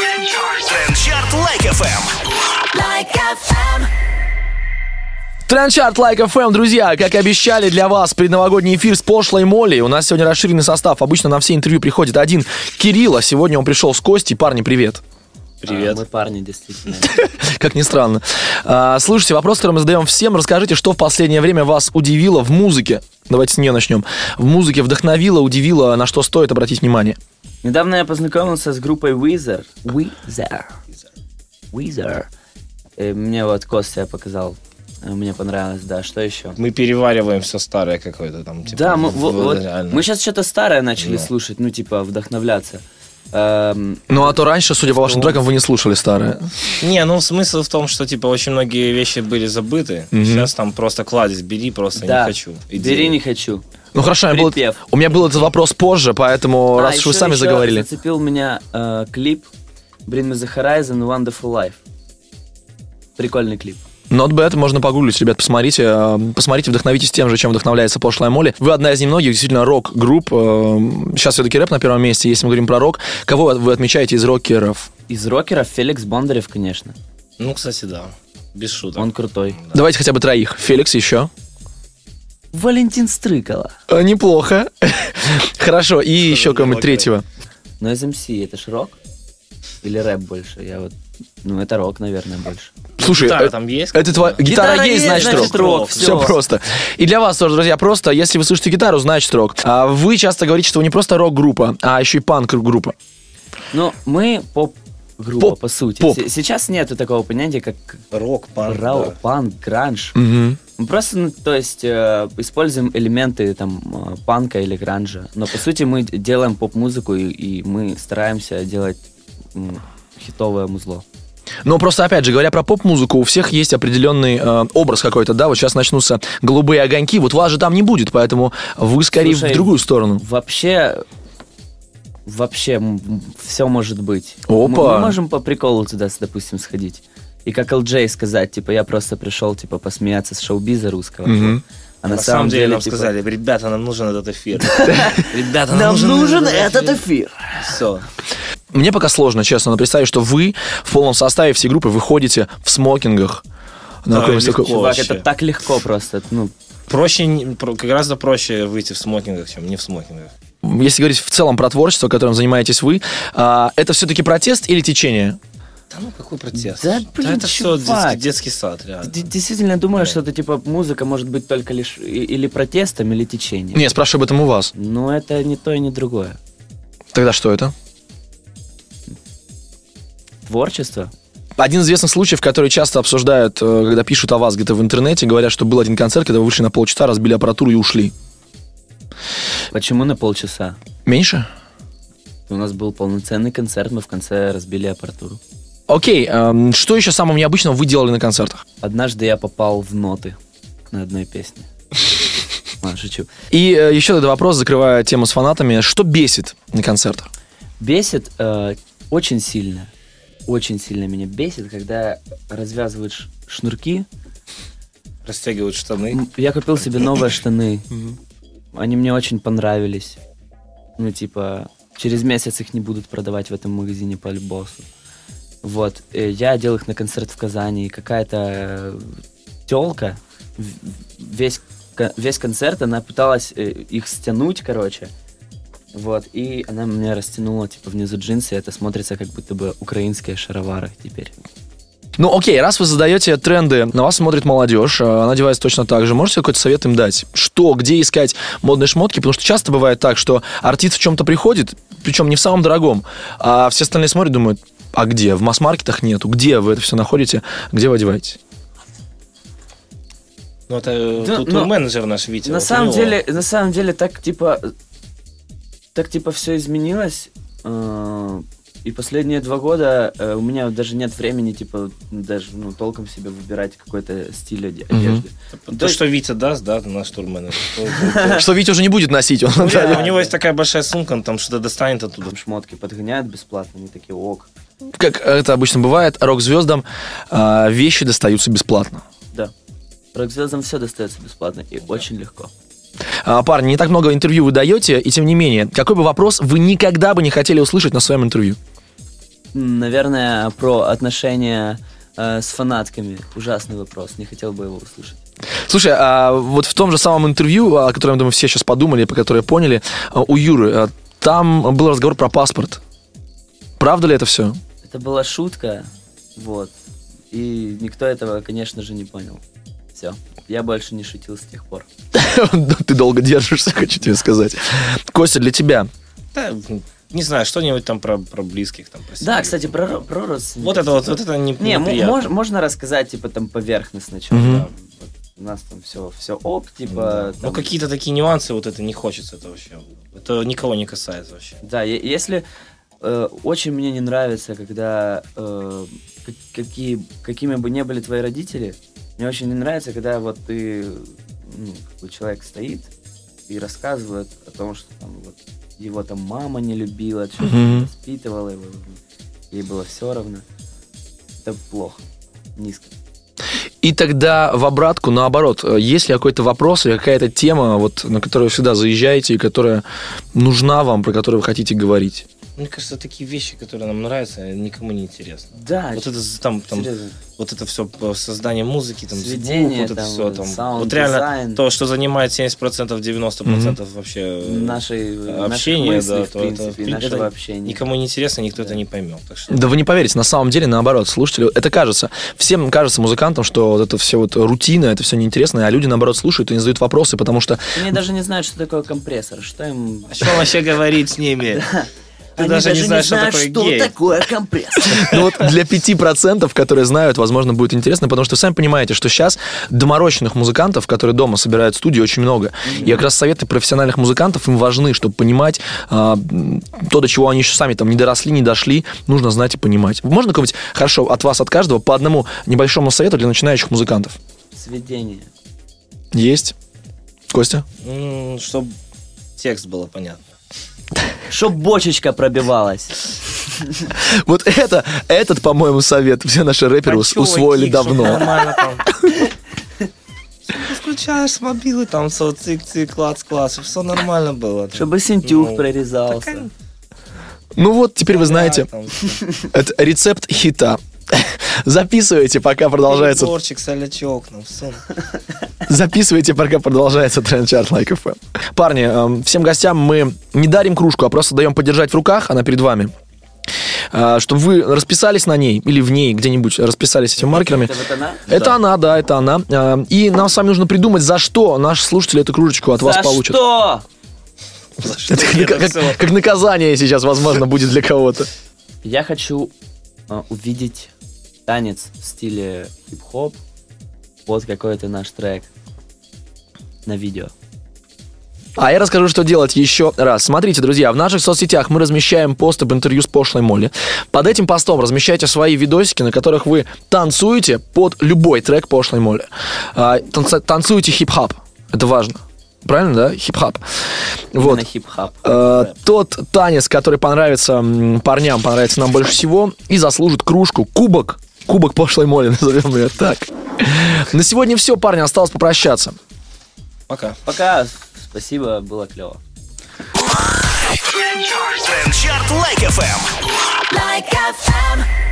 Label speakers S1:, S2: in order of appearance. S1: Трендчарт Лайк ФМ.
S2: Трендчарт Лайк ФМ, друзья, как и обещали для вас предновогодний эфир с пошлой Молли. У нас сегодня расширенный состав. Обычно на все интервью приходит один Кирилл, а сегодня он пришел с Костей. Парни, привет.
S3: Привет. А мы парни, действительно.
S2: Как ни странно. А, слушайте, вопрос, который мы задаем всем. Расскажите, что в последнее время вас удивило в музыке. Давайте с нее начнем. В музыке вдохновило, удивило, на что стоит обратить внимание.
S3: Недавно я познакомился с группой Weezer. Weezer. Weezer. Э, Мне вот Костя показал. Э, Мне понравилось, да. Что еще?
S4: Мы перевариваем все старое какое-то там. типа,
S3: Да, мы,
S4: в-
S3: во-
S4: в-
S3: вот
S4: реально.
S3: мы сейчас что-то старое начали
S4: Да.
S3: слушать, ну, типа, вдохновляться. Эм,
S2: Ну, а то раньше, судя по вашим трекам, вы не слушали старое.
S4: Не, ну смысл в том, что типа очень многие вещи были забыты. Сейчас там просто кладезь, бери, просто
S3: да.
S4: не хочу. Иди.
S3: Бери, не хочу.
S2: Ну, хорошо, я был-
S3: Припев.
S2: у меня был этот вопрос позже, поэтому,
S3: А,
S2: раз уж вы
S3: еще-
S2: сами
S3: еще
S2: заговорили.
S3: зацепил меня э, клип Bring Me The Horizon Wonderful Life. Прикольный клип.
S2: Not bad, можно погуглить, ребят, посмотрите. э, Посмотрите, вдохновитесь тем же, чем вдохновляется пошлая Молли. Вы одна из немногих, действительно, рок-групп. э, Сейчас все-таки рэп на первом месте, если мы говорим про рок. Кого вы отмечаете из рокеров?
S3: Из рокеров Феликс Бондарев, конечно.
S4: Ну, кстати, да. Без шуток.
S3: Он крутой.
S2: Давайте хотя бы троих. Феликс еще.
S3: Валентин Стрыкало.
S2: Э, Неплохо. Хорошо, и еще
S4: за
S2: кого-нибудь
S4: рок-рэп?
S2: третьего.
S3: Но из МС это ж рок? Или рэп больше? Я вот... Ну, это рок, наверное, больше.
S2: Слушай,
S4: Гитара
S2: э,
S4: там есть?
S2: Это твоя гитара, есть, значит, рок.
S3: рок,
S2: Все
S3: всё.
S2: просто. И для вас тоже, друзья, просто, если вы слышите гитару, значит рок. А вы часто говорите, что вы не просто рок-группа, а еще и панк-группа.
S3: Ну, мы поп-группа,
S2: Поп,
S3: по сути.
S2: поп.
S3: Се- Сейчас нету такого понятия, как
S4: Рок, панк.
S3: рау,
S4: да.
S3: панк, гранж.
S2: Мгм.
S3: Мы просто, ну, то есть, э, используем элементы там э, панка или гранжа. Но, по сути, мы д- делаем поп-музыку, и, и мы стараемся делать м, хитовое музло.
S2: Но просто, опять же, говоря про поп-музыку, у всех есть определенный э, образ какой-то, да, вот сейчас начнутся голубые огоньки, вот вас же там не будет, поэтому вы скорее в
S3: Слушай,
S2: другую сторону.
S3: Вообще, вообще все может быть.
S2: Опа.
S3: Мы, мы можем по приколу туда, с- допустим, сходить. И как Элджей сказать, типа, я просто пришел, типа, посмеяться с шоу-биза русского.
S2: Мгм.
S3: А
S4: На, самом деле, нам
S3: типа,
S4: сказали, ребята, нам нужен этот эфир. Ребята,
S3: Нам нужен этот
S4: эфир.
S3: эфир.
S4: Все.
S2: Мне пока сложно, честно, но представить, что вы в полном составе всей группы выходите в смокингах. На
S4: Да,
S2: какой-нибудь такой-
S4: легко.
S3: Чувак,
S4: Вообще.
S3: это так легко просто. Ну,
S4: Проще, не- про- как раз проще выйти в смокингах, чем не в смокингах.
S2: Если говорить в целом про творчество, которым занимаетесь вы, а, это все-таки протест или течение?
S4: Да ну какой протест?
S3: Да, блин,
S4: это все
S3: чувак.
S4: детский, детский сад, реально.
S3: ты действительно думаешь, что это типа музыка может быть только лишь и- или протестом, или течением.
S2: Не, спрашиваю об этом у вас.
S3: Но это не то и не другое.
S2: Тогда что это?
S3: Творчество.
S2: Один из известных случаев, который часто обсуждают, э, когда пишут о вас где-то в интернете, говорят, что был один концерт, когда вы вышли на полчаса, разбили аппаратуру и ушли.
S3: Почему на полчаса?
S2: Меньше?
S3: У нас был полноценный концерт, мы в конце разбили аппаратуру.
S2: Окей, эм, что еще самого необычного вы делали на концертах?
S3: Однажды я попал в ноты на одной песне. Ладно, шучу.
S2: И э, еще тогда вопрос, закрывая тему с фанатами, что бесит на концертах?
S3: Бесит э, очень сильно. Очень сильно меня бесит, когда развязывают ш- шнурки.
S4: Растягивают штаны.
S3: М, Я купил себе новые штаны. Они мне очень понравились. Ну, типа, через месяц их не будут продавать в этом магазине по альбосу. Вот. э, Я одел их на концерт в Казани, и какая-то телка весь, ко- весь концерт, она пыталась э, их стянуть, короче. Вот, и она мне растянула, типа, внизу джинсы, и это смотрится как будто бы украинские шаровары теперь.
S2: Ну, окей, раз вы задаете тренды, на вас смотрит молодежь, э, она одевается точно так же. Можете какой-то совет им дать? Что, где искать модные шмотки? Потому что часто бывает так, что артист в чем-то приходит, причем не в самом дорогом, а все остальные смотрят, думают, а где? В масс-маркетах нету. Где вы это все находите? Где вы одеваете?
S4: Ну это
S3: Да,
S4: тут
S3: но-
S4: менеджер наш Витя.
S3: На
S4: Типа, вот у
S3: самом
S4: него.
S3: деле, на самом деле так типа, э, так типа все изменилось. э, И последние два года э, у меня даже нет времени, типа, даже ну, толком себе выбирать какой-то стиль оде-
S2: Мгм.
S3: одежды.
S4: Типа,
S3: Ну,
S4: То,
S3: Да,
S4: что Витя даст, да, наш турменеджер.
S2: Что Витя уже не будет носить. он-
S4: Ну, реально, У
S3: да.
S4: него есть такая большая сумка, он там что-то достанет оттуда.
S3: там шмотки подгоняют бесплатно, они такие ок.
S2: Как это обычно бывает, рок-звездам э, вещи достаются бесплатно.
S3: Да. Рок-звездам все достается бесплатно и очень легко.
S2: А, Парни, не так много интервью вы даете, и тем не менее, какой бы вопрос вы никогда бы не хотели услышать на своем интервью?
S3: М, Наверное, про отношения э, с фанатками. Ужасный вопрос. Не хотел бы его услышать.
S2: Слушай, а вот в том же самом интервью, о котором, я думаю, все сейчас подумали, по которое поняли, а, у Юры, а, там был разговор про паспорт. Правда ли это все?
S3: Это была шутка, вот. И никто этого, конечно же, не понял. Все. Я больше не шутил с тех пор.
S2: Ты долго держишься, хочу тебе сказать. Костя, для тебя.
S4: Да, м, не знаю, что-нибудь там про, про близких. Там, про
S3: Да,
S4: семью.
S3: кстати, про, ро- про родственников.
S4: Вот это вот, вот это не,
S3: Не, м-
S4: неприятно.
S3: мож- можно рассказать, типа, там, поверхностно, чё,
S2: Мгм.
S3: да. Вот У нас там все, все ок,
S4: Да.
S3: типа...
S4: Ну,
S3: там-
S4: какие-то такие нюансы, вот это не хочется, это вообще. Это никого не касается вообще.
S3: Да, е- если э, очень мне не нравится, когда э, как- какие, какими бы не были твои родители, мне очень не нравится, когда вот ты ну, как бы человек стоит и рассказывает о том, что там вот его там мама не любила, что-то
S2: Мгм.
S3: воспитывала его, ей было все равно. Это плохо, низко.
S2: И тогда в обратку, наоборот, э, есть ли какой-то вопрос или какая-то тема, вот, на которую вы всегда заезжаете и которая нужна вам, про которую вы хотите говорить?
S4: Мне кажется, такие вещи, которые нам нравятся, никому не интересно.
S3: Да,
S4: Вот это за- там, там
S3: серьезно.
S4: вот это все создание музыки, там, звук,
S3: Сведение,
S4: вот это
S3: там,
S4: все там.
S3: саунд,
S4: вот реально
S3: дизайн.
S4: то, что занимает 70%, 90% вообще э,
S3: Наши,
S4: общение,
S3: наших мыслей,
S4: да,
S3: в
S4: то это,
S3: принципе,
S4: в
S3: и
S4: пи-
S3: нашего
S4: это
S3: общения.
S4: никому не интересно, никто это
S3: Да.
S4: не поймет. Так что
S2: Да вы не поверите, на самом деле, наоборот, слушатели, это кажется, всем кажется музыкантам, что вот это все вот рутина, это все неинтересно, а люди, наоборот, слушают и не задают вопросы, потому что
S3: Они даже не знают, что такое компрессор, что им...
S4: о чем вообще говорить с ними? Ты
S3: Они
S4: даже не знаешь, что такое гей.
S3: такое компрессор.
S2: Ну вот для 5%, которые знают, возможно, будет интересно, потому что сами понимаете, что сейчас доморощенных музыкантов, которые дома собирают студии, очень много. И как раз советы профессиональных музыкантов им важны, чтобы понимать а, м, то, до чего они еще сами там не доросли, не дошли, нужно знать и понимать. Можно какой-нибудь, хорошо, от вас, от каждого, по одному небольшому совету для начинающих музыкантов?
S3: Сведение.
S2: Есть? Костя?
S4: Чтобы текст было понятно.
S3: Чтоб бочечка пробивалась.
S2: Вот это, этот, по-моему, совет все наши рэперы ус-
S4: Почётик,
S2: усвоили
S4: чтоб
S2: давно.
S4: Нормально там. Чтоб ты Включаешь с мобилы, там все цик-цик, клац-клац, чтобы все нормально было. там.
S3: Чтобы синтюк
S4: Ну,
S3: прорезался.
S2: Ну вот, теперь вы
S4: Да,
S2: знаете,
S4: там
S2: это рецепт хита. Записывайте, пока продолжается
S4: Переборчик, солячок, ну, там все.
S2: Записывайте, пока продолжается тренд-чарт Like FM. Парни, эм, всем гостям мы не дарим кружку, а просто даем подержать в руках, она перед вами. А, Чтобы вы расписались на ней или в ней где-нибудь расписались этими маркерами.
S3: Это вот она?
S2: Это она, да, это она. Э, И нам с вами нужно придумать, за что наши слушатели эту кружечку от вас
S3: За
S2: получат.
S3: что?
S2: Это как-
S4: Это
S2: как,
S4: всё.
S2: как наказание сейчас, возможно, будет для кого-то.
S3: Я хочу а, увидеть танец в стиле хип-хоп под какой-то наш трек на видео.
S2: А я расскажу, что делать еще раз. Смотрите, друзья, в наших соцсетях мы размещаем пост об интервью с пошлой Молли. Под этим постом размещайте свои видосики, на которых вы танцуете под любой трек пошлой Молли. А, танца- танцуйте хип-хап. Это важно. Правильно, да? Хип-хап. Вот.
S3: На хип-хап.
S2: Э, тот танец, который понравится м, парням, понравится нам больше всего и заслужит кружку, кубок, кубок пошлой моли, назовем ее так. На сегодня все, парни, осталось попрощаться.
S4: Пока.
S3: Пока. Спасибо, было клево.
S1: Трендчарт Лайк ФМ.
S5: Like FM.